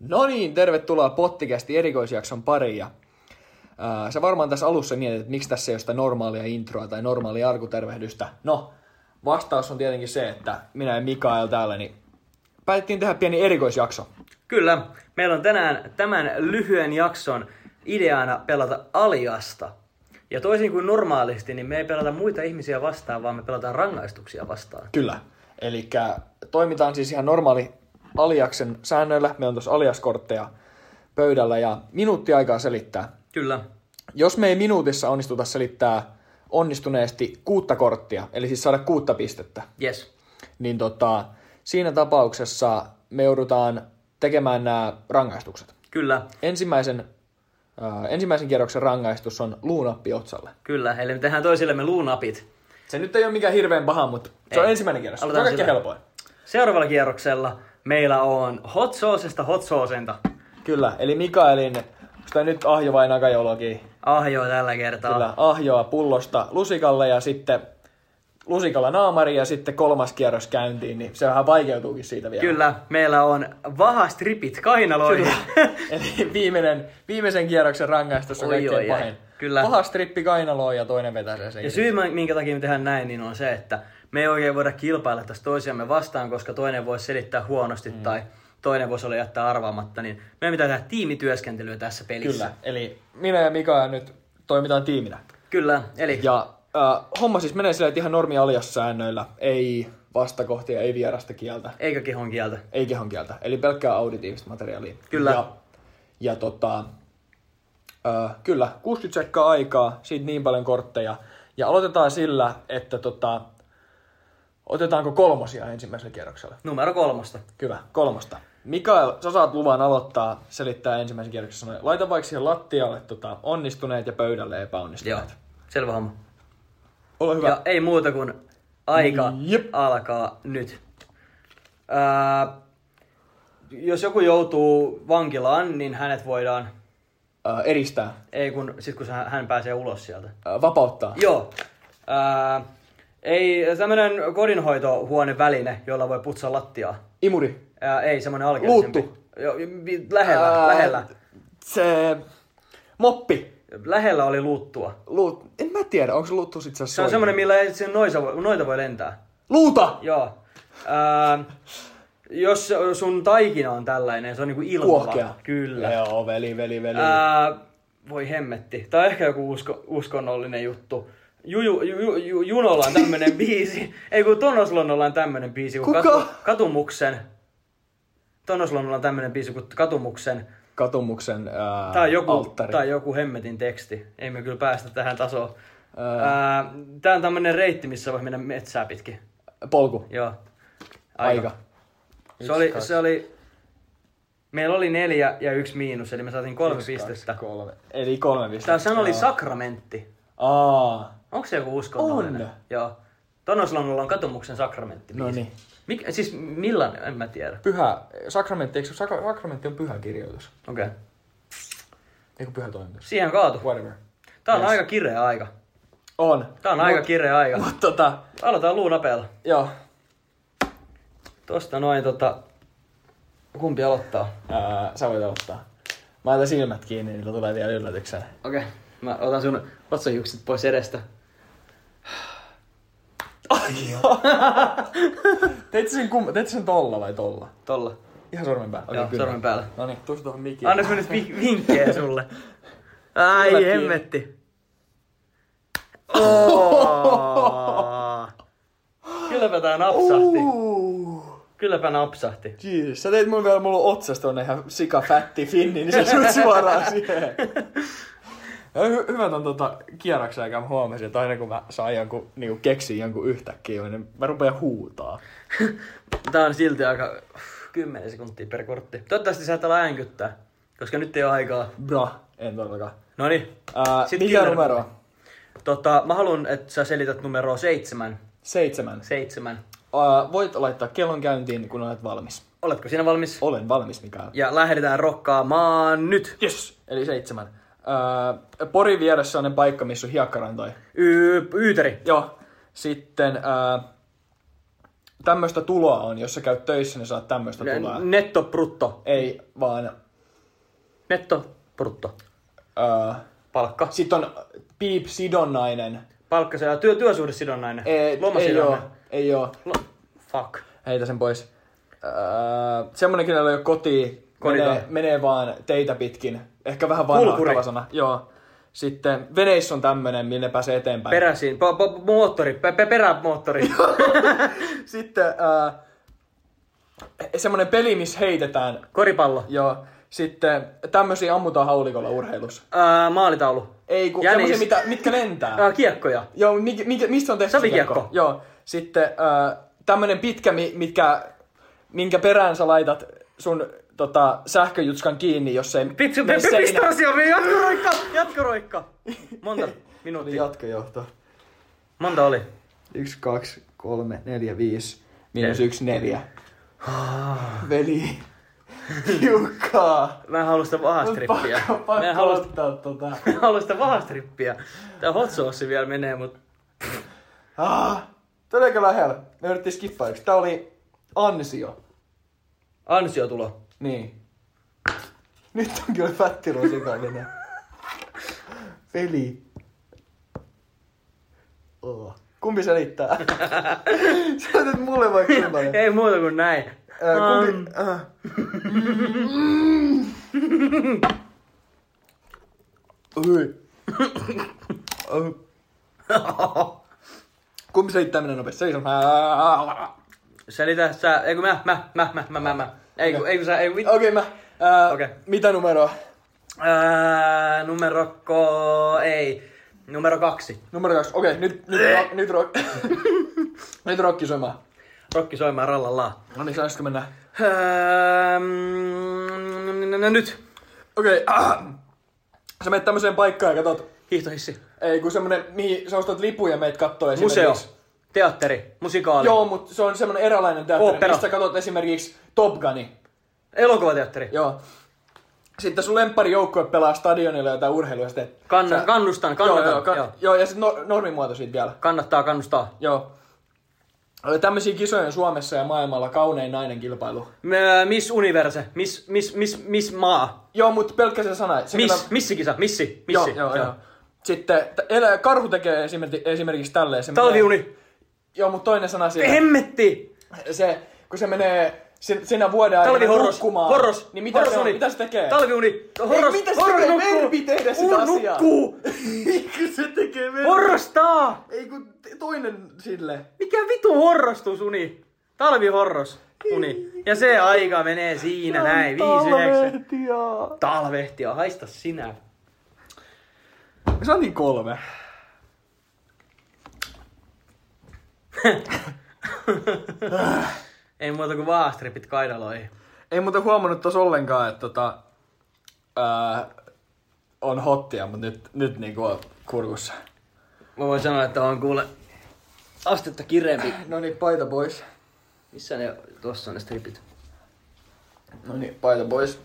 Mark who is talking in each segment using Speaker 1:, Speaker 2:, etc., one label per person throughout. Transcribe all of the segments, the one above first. Speaker 1: No niin, tervetuloa Pottikästi erikoisjakson pariin. Ja, ää, sä varmaan tässä alussa mietit, että miksi tässä ei ole sitä normaalia introa tai normaalia alkutervehdystä. No, vastaus on tietenkin se, että minä ja Mikael täällä, niin päätettiin tehdä pieni erikoisjakso.
Speaker 2: Kyllä, meillä on tänään tämän lyhyen jakson ideana pelata aliasta. Ja toisin kuin normaalisti, niin me ei pelata muita ihmisiä vastaan, vaan me pelataan rangaistuksia vastaan.
Speaker 1: Kyllä. Eli toimitaan siis ihan normaali aliaksen säännöillä. Meillä on tuossa aliaskortteja pöydällä ja minuutti aikaa selittää.
Speaker 2: Kyllä.
Speaker 1: Jos me ei minuutissa onnistuta selittää onnistuneesti kuutta korttia, eli siis saada kuutta pistettä,
Speaker 2: Yes.
Speaker 1: niin tota, siinä tapauksessa me joudutaan tekemään nämä rangaistukset.
Speaker 2: Kyllä,
Speaker 1: Ensimmäisen, äh, ensimmäisen kierroksen rangaistus on luunappi otsalle.
Speaker 2: kyllä. Eli me tehdään toisillemme luunapit.
Speaker 1: Se nyt ei ole mikään hirveän paha, mutta se
Speaker 2: Ei.
Speaker 1: on ensimmäinen kierros. Se on
Speaker 2: Aloitetaan
Speaker 1: kaikkein
Speaker 2: sillä.
Speaker 1: helpoin.
Speaker 2: Seuraavalla kierroksella meillä on hot saucesta hot saucenta.
Speaker 1: Kyllä, eli Mikaelin, onko tämä nyt ahjo vai nakajologi?
Speaker 2: Ahjoa Ah, tällä kertaa.
Speaker 1: Kyllä, ahjoa pullosta lusikalle ja sitten lusikalla naamari ja sitten kolmas kierros käyntiin, niin se vähän vaikeutuukin siitä vielä.
Speaker 2: Kyllä, meillä on vahastripit kainaloihin.
Speaker 1: Eli viimeinen, viimeisen kierroksen rangaistus on
Speaker 2: Oi,
Speaker 1: kaikkein
Speaker 2: oi, ai.
Speaker 1: pahin.
Speaker 2: Kyllä.
Speaker 1: Paha strippi kainaloon ja toinen vetää sen. sen
Speaker 2: Ja
Speaker 1: irti.
Speaker 2: syy, mä- minkä takia me tehdään näin, niin on se, että me ei oikein voida kilpailla tässä toisiamme vastaan, koska toinen voisi selittää huonosti mm. tai toinen voisi olla jättää arvaamatta, niin meidän pitää tehdä tiimityöskentelyä tässä pelissä.
Speaker 1: Kyllä, eli minä ja Mika ja nyt toimitaan tiiminä.
Speaker 2: Kyllä, eli ja.
Speaker 1: Ja äh, homma siis menee silleen, että ihan normi aliassäännöillä, ei vastakohtia, ei vierasta kieltä,
Speaker 2: eikä kehon kieltä.
Speaker 1: ei kehon kieltä, eli pelkkää auditiivista materiaalia.
Speaker 2: Kyllä.
Speaker 1: Ja, ja tota, äh, kyllä, 60 sekkaa aikaa, siitä niin paljon kortteja. Ja aloitetaan sillä, että tota, otetaanko kolmosia ensimmäisellä kierroksella.
Speaker 2: Numero kolmosta.
Speaker 1: Kyllä, kolmosta. Mikael, sä saat luvan aloittaa selittää ensimmäisen kierroksen sanoja. Laita vaikka siihen lattialle tota, onnistuneet ja pöydälle
Speaker 2: Joo,
Speaker 1: epäonnistuneet.
Speaker 2: selvä homma.
Speaker 1: Ole hyvä.
Speaker 2: Ja ei muuta kuin aika
Speaker 1: Jep.
Speaker 2: alkaa nyt. Ää, jos joku joutuu vankilaan, niin hänet voidaan,
Speaker 1: Ö, eristää.
Speaker 2: ei kun, sit kun hän hän pääsee ulos sieltä.
Speaker 1: Ö, vapauttaa.
Speaker 2: Joo. Ää, ei tämmönen kodinhoitohuoneväline, jolla voi putsaa lattiaa.
Speaker 1: Imuri.
Speaker 2: Ää, ei, semmonen alkeellisempi.
Speaker 1: Luuttu.
Speaker 2: Joo, vi- lähellä,
Speaker 1: Ää,
Speaker 2: lähellä.
Speaker 1: Se... Moppi.
Speaker 2: Lähellä oli luuttua.
Speaker 1: Luut... En mä tiedä, onko se luuttu sit se
Speaker 2: Se on semmonen, millä ei- sen noisa, voi- noita voi lentää.
Speaker 1: Luuta!
Speaker 2: Joo. Ää, jos sun taikina on tällainen, se on niinku ilmava.
Speaker 1: Kuohkea.
Speaker 2: Kyllä.
Speaker 1: Joo, veli, veli, veli.
Speaker 2: Ää, voi hemmetti. Tää on ehkä joku usko, uskonnollinen juttu. Juju, ju, ju, ju, junolla on tämmönen biisi. Ei kun Tonoslonnolla on tämmönen biisi kuin
Speaker 1: Kuka?
Speaker 2: Katumuksen. Tonoslonnolla on tämmönen biisi kuin Katumuksen.
Speaker 1: Katumuksen ää,
Speaker 2: Tää on joku,
Speaker 1: Ah, alttari.
Speaker 2: tää on joku hemmetin teksti. Ei me kyllä päästä tähän tasoon.
Speaker 1: Ää.
Speaker 2: Ää, tää on tämmönen reitti, missä voi mennä metsää pitkin.
Speaker 1: Polku.
Speaker 2: Joo.
Speaker 1: Aika.
Speaker 2: Se oli, se oli... Meillä oli neljä ja yksi miinus, eli me saatiin kolme pistettä.
Speaker 1: Kolme. Eli kolme pistettä.
Speaker 2: Tää sana oli
Speaker 1: Joo.
Speaker 2: sakramentti.
Speaker 1: Aa.
Speaker 2: Onko se joku uskonnollinen?
Speaker 1: On.
Speaker 2: Joo. Tonoslannolla on katumuksen sakramentti.
Speaker 1: No niin.
Speaker 2: Mik, siis millainen? En mä tiedä.
Speaker 1: Pyhä. Sakramentti, eikö se- sakra- sakramentti on pyhä kirjoitus?
Speaker 2: Okei. Okay.
Speaker 1: Eikö pyhä toimitus?
Speaker 2: Siihen kaatu.
Speaker 1: Whatever.
Speaker 2: Tää on aika kireä aika.
Speaker 1: On.
Speaker 2: Tää on aika kireä aika.
Speaker 1: Mut tota,
Speaker 2: Aloitetaan luunapeella.
Speaker 1: joo.
Speaker 2: Tosta noin tota... Kumpi aloittaa?
Speaker 1: Ää, sä voit aloittaa. Mä laitan silmät kiinni, niillä tulee vielä yllätyksenä.
Speaker 2: Okei. Okay. Mä otan sun otsahiukset pois edestä.
Speaker 1: Teit sä sen, kum... Teit sä sen tolla vai tolla?
Speaker 2: Tolla.
Speaker 1: Ihan sormen päällä. Okei,
Speaker 2: Joo,
Speaker 1: kyllä.
Speaker 2: sormen päällä.
Speaker 1: No niin, tuossa tuohon mikin.
Speaker 2: Annas mä nyt vi- vinkkejä sulle. Ai
Speaker 1: Kyllä
Speaker 2: hemmetti. Oh. Kylläpä tää napsahti.
Speaker 1: Ouh.
Speaker 2: Kylläpä napsahti.
Speaker 1: Jeez, sä teit mun vielä mulla otsasta on ihan sika fätti finni, niin sä sut suoraan siihen. Ja hy- hyvä ton tota kierroksen aikaa mä huomasin, että aina kun mä saan jonkun, niinku keksin jonkun yhtäkkiä, niin mä rupean huutaa.
Speaker 2: Tää on silti aika 10 sekuntia per kortti. Toivottavasti sä et ala äänkyttää, koska nyt ei ole aikaa.
Speaker 1: Bra, en todellakaan.
Speaker 2: Noniin.
Speaker 1: Ää,
Speaker 2: Sit
Speaker 1: mikä
Speaker 2: killer-
Speaker 1: numero on?
Speaker 2: Tota, mä haluan, että sä selität numeroa seitsemän.
Speaker 1: Seitsemän.
Speaker 2: Seitsemän.
Speaker 1: Ää, voit laittaa kellon käyntiin, kun olet valmis.
Speaker 2: Oletko sinä valmis?
Speaker 1: Olen valmis, Mikael.
Speaker 2: Ja lähdetään rokkaamaan nyt.
Speaker 1: Yes. Eli seitsemän. Öö, Porin vieressä on ne paikka, missä on hiekkarantoja.
Speaker 2: Y- yyteri.
Speaker 1: Joo. Sitten öö, tämmöistä tuloa on, jos sä käyt töissä, niin saat tämmöistä tuloa.
Speaker 2: Netto, brutto.
Speaker 1: Ei, vaan...
Speaker 2: Netto, brutto.
Speaker 1: Öö,
Speaker 2: Palkka.
Speaker 1: sitten on piip-sidonnainen.
Speaker 2: Palkka, se on työ, työsuhdesidonnainen.
Speaker 1: Ei, E, ei oo,
Speaker 2: Lomasidonnainen.
Speaker 1: ei oo.
Speaker 2: Lo, fuck.
Speaker 1: Heitä sen pois. Öö, semmonen kyllä ei ole koti.
Speaker 2: Kodita.
Speaker 1: Menee, menee, vaan teitä pitkin. Ehkä vähän vanhaa
Speaker 2: Kulkuri.
Speaker 1: sana. Joo. Sitten veneissä on tämmönen, millä ne pääsee eteenpäin.
Speaker 2: Peräsiin. Pa, pa, moottori. Pe, pe, perämoottori.
Speaker 1: Sitten äh, semmoinen peli, missä heitetään.
Speaker 2: Koripallo.
Speaker 1: Ja sitten tämmöisiä ammutaan haulikolla urheilussa.
Speaker 2: Ää, maalitaulu.
Speaker 1: Ei, kun
Speaker 2: Jänis.
Speaker 1: semmoisia, mitä, mitkä lentää.
Speaker 2: Ää, kiekkoja.
Speaker 1: Joo, mi, mi, mistä on tehty se
Speaker 2: Savikiekko.
Speaker 1: verkko? Joo. Sitten äh, tämmönen pitkä, mi, mitkä, minkä perään sä laitat sun tota, sähköjutskan kiinni, jos ei
Speaker 2: Vitsi,
Speaker 1: mene
Speaker 2: pe, pe,
Speaker 1: seinään.
Speaker 2: pistä asia, me jatkoroikka, jatkoroikka. Monta
Speaker 1: Oli
Speaker 2: minuuttia.
Speaker 1: Jatkojohto.
Speaker 2: Monta oli.
Speaker 1: Yksi, kaksi, kolme, neljä, viisi. Miinus
Speaker 2: Ei.
Speaker 1: yksi, neljä. Ah. Veli. Tiukkaa.
Speaker 2: Mä en halua sitä vahastrippiä.
Speaker 1: Pakko, pakko
Speaker 2: Mä en halua sitä,
Speaker 1: ottaa tota.
Speaker 2: mä en halua sitä vahastrippiä. Tää hot sauce vielä menee, mut
Speaker 1: Ah, todella lähellä. Me yritettiin skippaa yksi. Tää oli ansio.
Speaker 2: ansiotulo.
Speaker 1: Niin. Nyt on kyllä pättilö sekainen. Veli. Oh. Kumpi selittää? Sä otat mulle vaikka sellainen.
Speaker 2: Ei muuta kuin näin.
Speaker 1: Ää,
Speaker 2: Um,
Speaker 1: kumpi... Äh. Ui. Äh. Kumpi selittää minä nopeasti? Se on...
Speaker 2: Selitä sä, ei kun mä, mä, mä, mä, mä, mä, mä. Ei kun, ei kun sä, ei kun mit...
Speaker 1: Okei, mä... Äh,
Speaker 2: Okei.
Speaker 1: Mitä numeroa?
Speaker 2: Ää, numero ko... ei. Numero kaksi.
Speaker 1: Numero kaksi. Okei, nyt, nyt, ro, nyt, ro, nyt rokki soimaan.
Speaker 2: Rokki soimaan rallalla.
Speaker 1: No niin, saisiko mennä?
Speaker 2: Ää, mm, no nyt.
Speaker 1: Okei, äh. sä menet tämmöiseen paikkaan ja katot,
Speaker 2: Hiihtohissi.
Speaker 1: ei kun semmonen, mihin sä ostat lipuja ja meet kattoo
Speaker 2: Museo.
Speaker 1: esimerkiksi.
Speaker 2: Teatteri. Musikaali.
Speaker 1: Joo, mutta se on semmoinen eräänlainen teatteri,
Speaker 2: Ooppera.
Speaker 1: mistä sä katot esimerkiksi Top Guni.
Speaker 2: Elokuvateatteri.
Speaker 1: Joo. Sitten sun lempparijoukkue pelaa stadionilla jotain urheilua. ja Sitten
Speaker 2: Kann,
Speaker 1: sä-
Speaker 2: Kannustan,
Speaker 1: joo,
Speaker 2: kannatan.
Speaker 1: joo, ka- joo.
Speaker 2: joo.
Speaker 1: ja sitten no, normimuoto siitä vielä.
Speaker 2: Kannattaa kannustaa.
Speaker 1: Joo. Oli tämmöisiä kisoja Suomessa ja maailmalla kaunein nainen kilpailu.
Speaker 2: Mä- Miss Universe. Miss, miss, miss, miss maa.
Speaker 1: Joo, mutta pelkkä se sana. Se
Speaker 2: Miss,
Speaker 1: kyllä-
Speaker 2: missikisa, missi,
Speaker 1: Joo,
Speaker 2: missi.
Speaker 1: joo, joo. Sitten t- elä, karhu tekee esimerkiksi, esimerkiksi tälleen. Se
Speaker 2: Talviuni.
Speaker 1: Joo, mutta toinen sana siellä.
Speaker 2: Hemmetti!
Speaker 1: Se, kun se menee sin- sinä vuoden aikana
Speaker 2: Talvihorros.
Speaker 1: nukkumaan,
Speaker 2: Horros.
Speaker 1: niin mitä,
Speaker 2: horros
Speaker 1: se, on,
Speaker 2: uni.
Speaker 1: mitä se tekee?
Speaker 2: Talviuni. Horros.
Speaker 1: Ei, mitä se
Speaker 2: horros
Speaker 1: tekee?
Speaker 2: nukkuu.
Speaker 1: Verbi tehdä sitä
Speaker 2: Uu,
Speaker 1: asiaa.
Speaker 2: nukkuu.
Speaker 1: Eikö se tekee verran?
Speaker 2: Horrostaa.
Speaker 1: Ei kun t- toinen sille.
Speaker 2: Mikä vitu horrostus uni? Talvihorros uni. Ja se aika menee siinä näin. 5-9.
Speaker 1: Talvehtia.
Speaker 2: Talvehtia, haista sinä.
Speaker 1: Se on niin kolme.
Speaker 2: Ei muuta kuin vaastripit kainaloihin.
Speaker 1: Ei muuten huomannut tos ollenkaan, että tota, ää, on hottia, mutta nyt, nyt niinku on kurkussa.
Speaker 2: Mä voin sanoa, että on kuule astetta kireempi.
Speaker 1: No niin, paita pois.
Speaker 2: Missä ne, tossa on ne stripit.
Speaker 1: No niin, paita pois.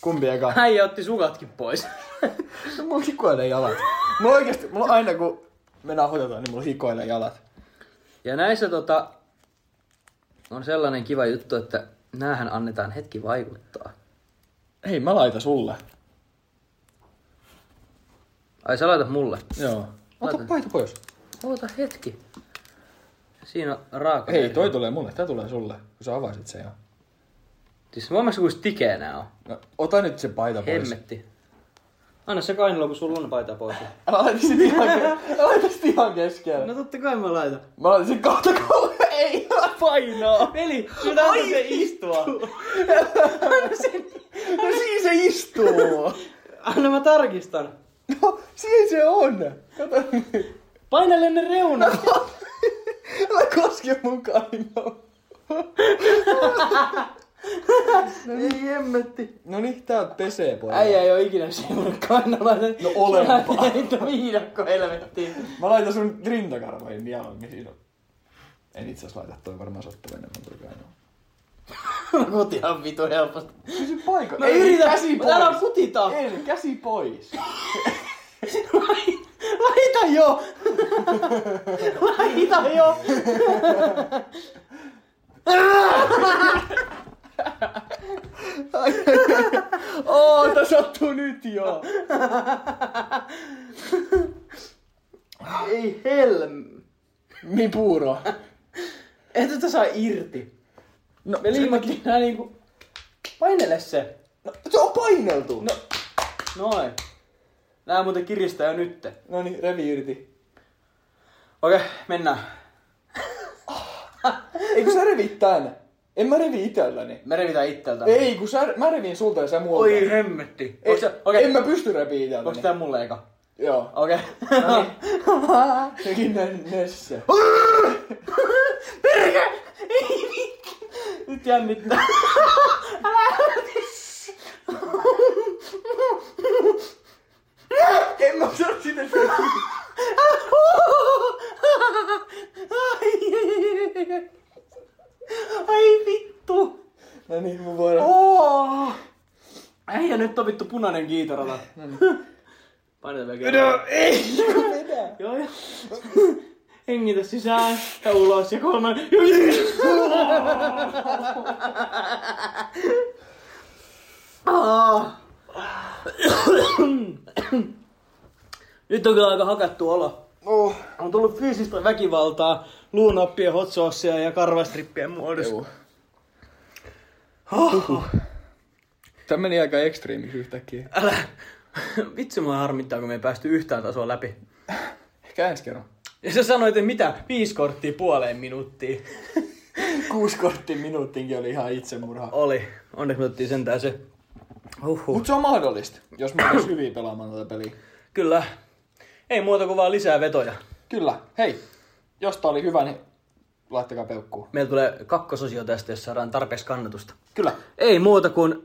Speaker 1: Kumpi eka?
Speaker 2: Äijä otti sukatkin pois.
Speaker 1: No, mulla hikoilee jalat. Mulla oikeesti, mulla aina kun me nauhoitetaan, niin mulla hikoilee jalat.
Speaker 2: Ja näissä tota, on sellainen kiva juttu, että näähän annetaan hetki vaikuttaa.
Speaker 1: Hei, mä laitan sulle.
Speaker 2: Ai sä laitat mulle.
Speaker 1: Joo. Ota
Speaker 2: Laita.
Speaker 1: paita pois.
Speaker 2: Oota hetki. Siinä on raaka.
Speaker 1: Hei, toi tulee mulle, tää tulee sulle, kun sä avasit sen jo.
Speaker 2: Siis mä oon kuin stikee nää on.
Speaker 1: No, ota nyt se paita pois.
Speaker 2: Hemmetti. Anna se kainalo, kun sulla on paita pois.
Speaker 1: Älä laita sit ihan, ke- älä laita sit ihan keskelle.
Speaker 2: No totta kai mä laitan.
Speaker 1: Mä laitan sit kohta kolme. Ei, älä painaa.
Speaker 2: Veli, sun anna se istua. anna, sen,
Speaker 1: No siinä se istuu.
Speaker 2: anna mä tarkistan.
Speaker 1: No, siinä se on. Kato.
Speaker 2: Painele ne reunat.
Speaker 1: Älä koske mun kainoa.
Speaker 2: Ei hemmetti.
Speaker 1: No niin, tää pesee pois.
Speaker 2: Äijä ei oo ikinä siivonut kainalaisen.
Speaker 1: No olenpa.
Speaker 2: Sä näet niitä viidakko helvettiin.
Speaker 1: Mä laitan sun rintakarvoihin mieluummin siinä on. En itse asiassa laita, toi varmaan sattuu enemmän kuin kainoa.
Speaker 2: Kutihan vitu helposti.
Speaker 1: Pysy paikka.
Speaker 2: No yritä, mutta älä
Speaker 1: niin, pois.
Speaker 2: kutita.
Speaker 1: En, käsi pois.
Speaker 2: Laita jo! Laita jo!
Speaker 1: Oota, sattuu nyt jo.
Speaker 2: Ei helm.
Speaker 1: Mi Niin, puuro.
Speaker 2: Et tätä saa irti.
Speaker 1: No,
Speaker 2: Me liimattiin nää niinku... Painele se.
Speaker 1: no, se on paineltu.
Speaker 2: No. Noin. Nää muuten kiristää jo nytte.
Speaker 1: No niin, revi irti.
Speaker 2: Okei, mennään.
Speaker 1: Eikö sä revit tän? En mä revi itselläni.
Speaker 2: Me revitään itseltä.
Speaker 1: Ei, kun sä, mä revin sulta ja sä muualta.
Speaker 2: Oi hemmetti.
Speaker 1: Ei,
Speaker 2: Onks se- Okei.
Speaker 1: En mä pysty repi itselläni.
Speaker 2: Onks tää mulle eka?
Speaker 1: Joo.
Speaker 2: Okei. No niin.
Speaker 1: Sekin näin Nesse.
Speaker 2: Nyt jännittää.
Speaker 1: en mä saa sitä repiä.
Speaker 2: Ai vittu.
Speaker 1: No niin, mä voidaan.
Speaker 2: Oh. Äijä nyt on vittu punainen kiitarata. niin. Painetaan vielä kerran.
Speaker 1: No, ei, kun vedä.
Speaker 2: Joo, joo. Hengitä sisään ja ulos ja kolme. Ah. Nyt on kyllä aika hakattu olo.
Speaker 1: Oh.
Speaker 2: On tullut fyysistä väkivaltaa luunappien hot saucea ja karvastrippien muodossa. Ah.
Speaker 1: Juu. Tämä meni aika ekstriimiksi yhtäkkiä.
Speaker 2: Älä. Vitsi mua harmittaa, kun me ei päästy yhtään tasoa läpi.
Speaker 1: Ehkä ensi kerran.
Speaker 2: Ja sä sanoit, että mitä? Viisi korttia puoleen minuuttiin.
Speaker 1: Kuusi korttia minuuttiinkin oli ihan itsemurha.
Speaker 2: Oli. Onneksi me otettiin sentään se. Huhhuh.
Speaker 1: Mutta se on mahdollista, jos mä olis hyvin pelaamaan tätä peliä.
Speaker 2: Kyllä. Ei muuta kuin vaan lisää vetoja.
Speaker 1: Kyllä, hei. Jos tää oli hyvä, niin laittakaa peukkuun.
Speaker 2: Meillä tulee kakkososio tästä, jos saadaan tarpeeksi kannatusta.
Speaker 1: Kyllä.
Speaker 2: Ei muuta kuin...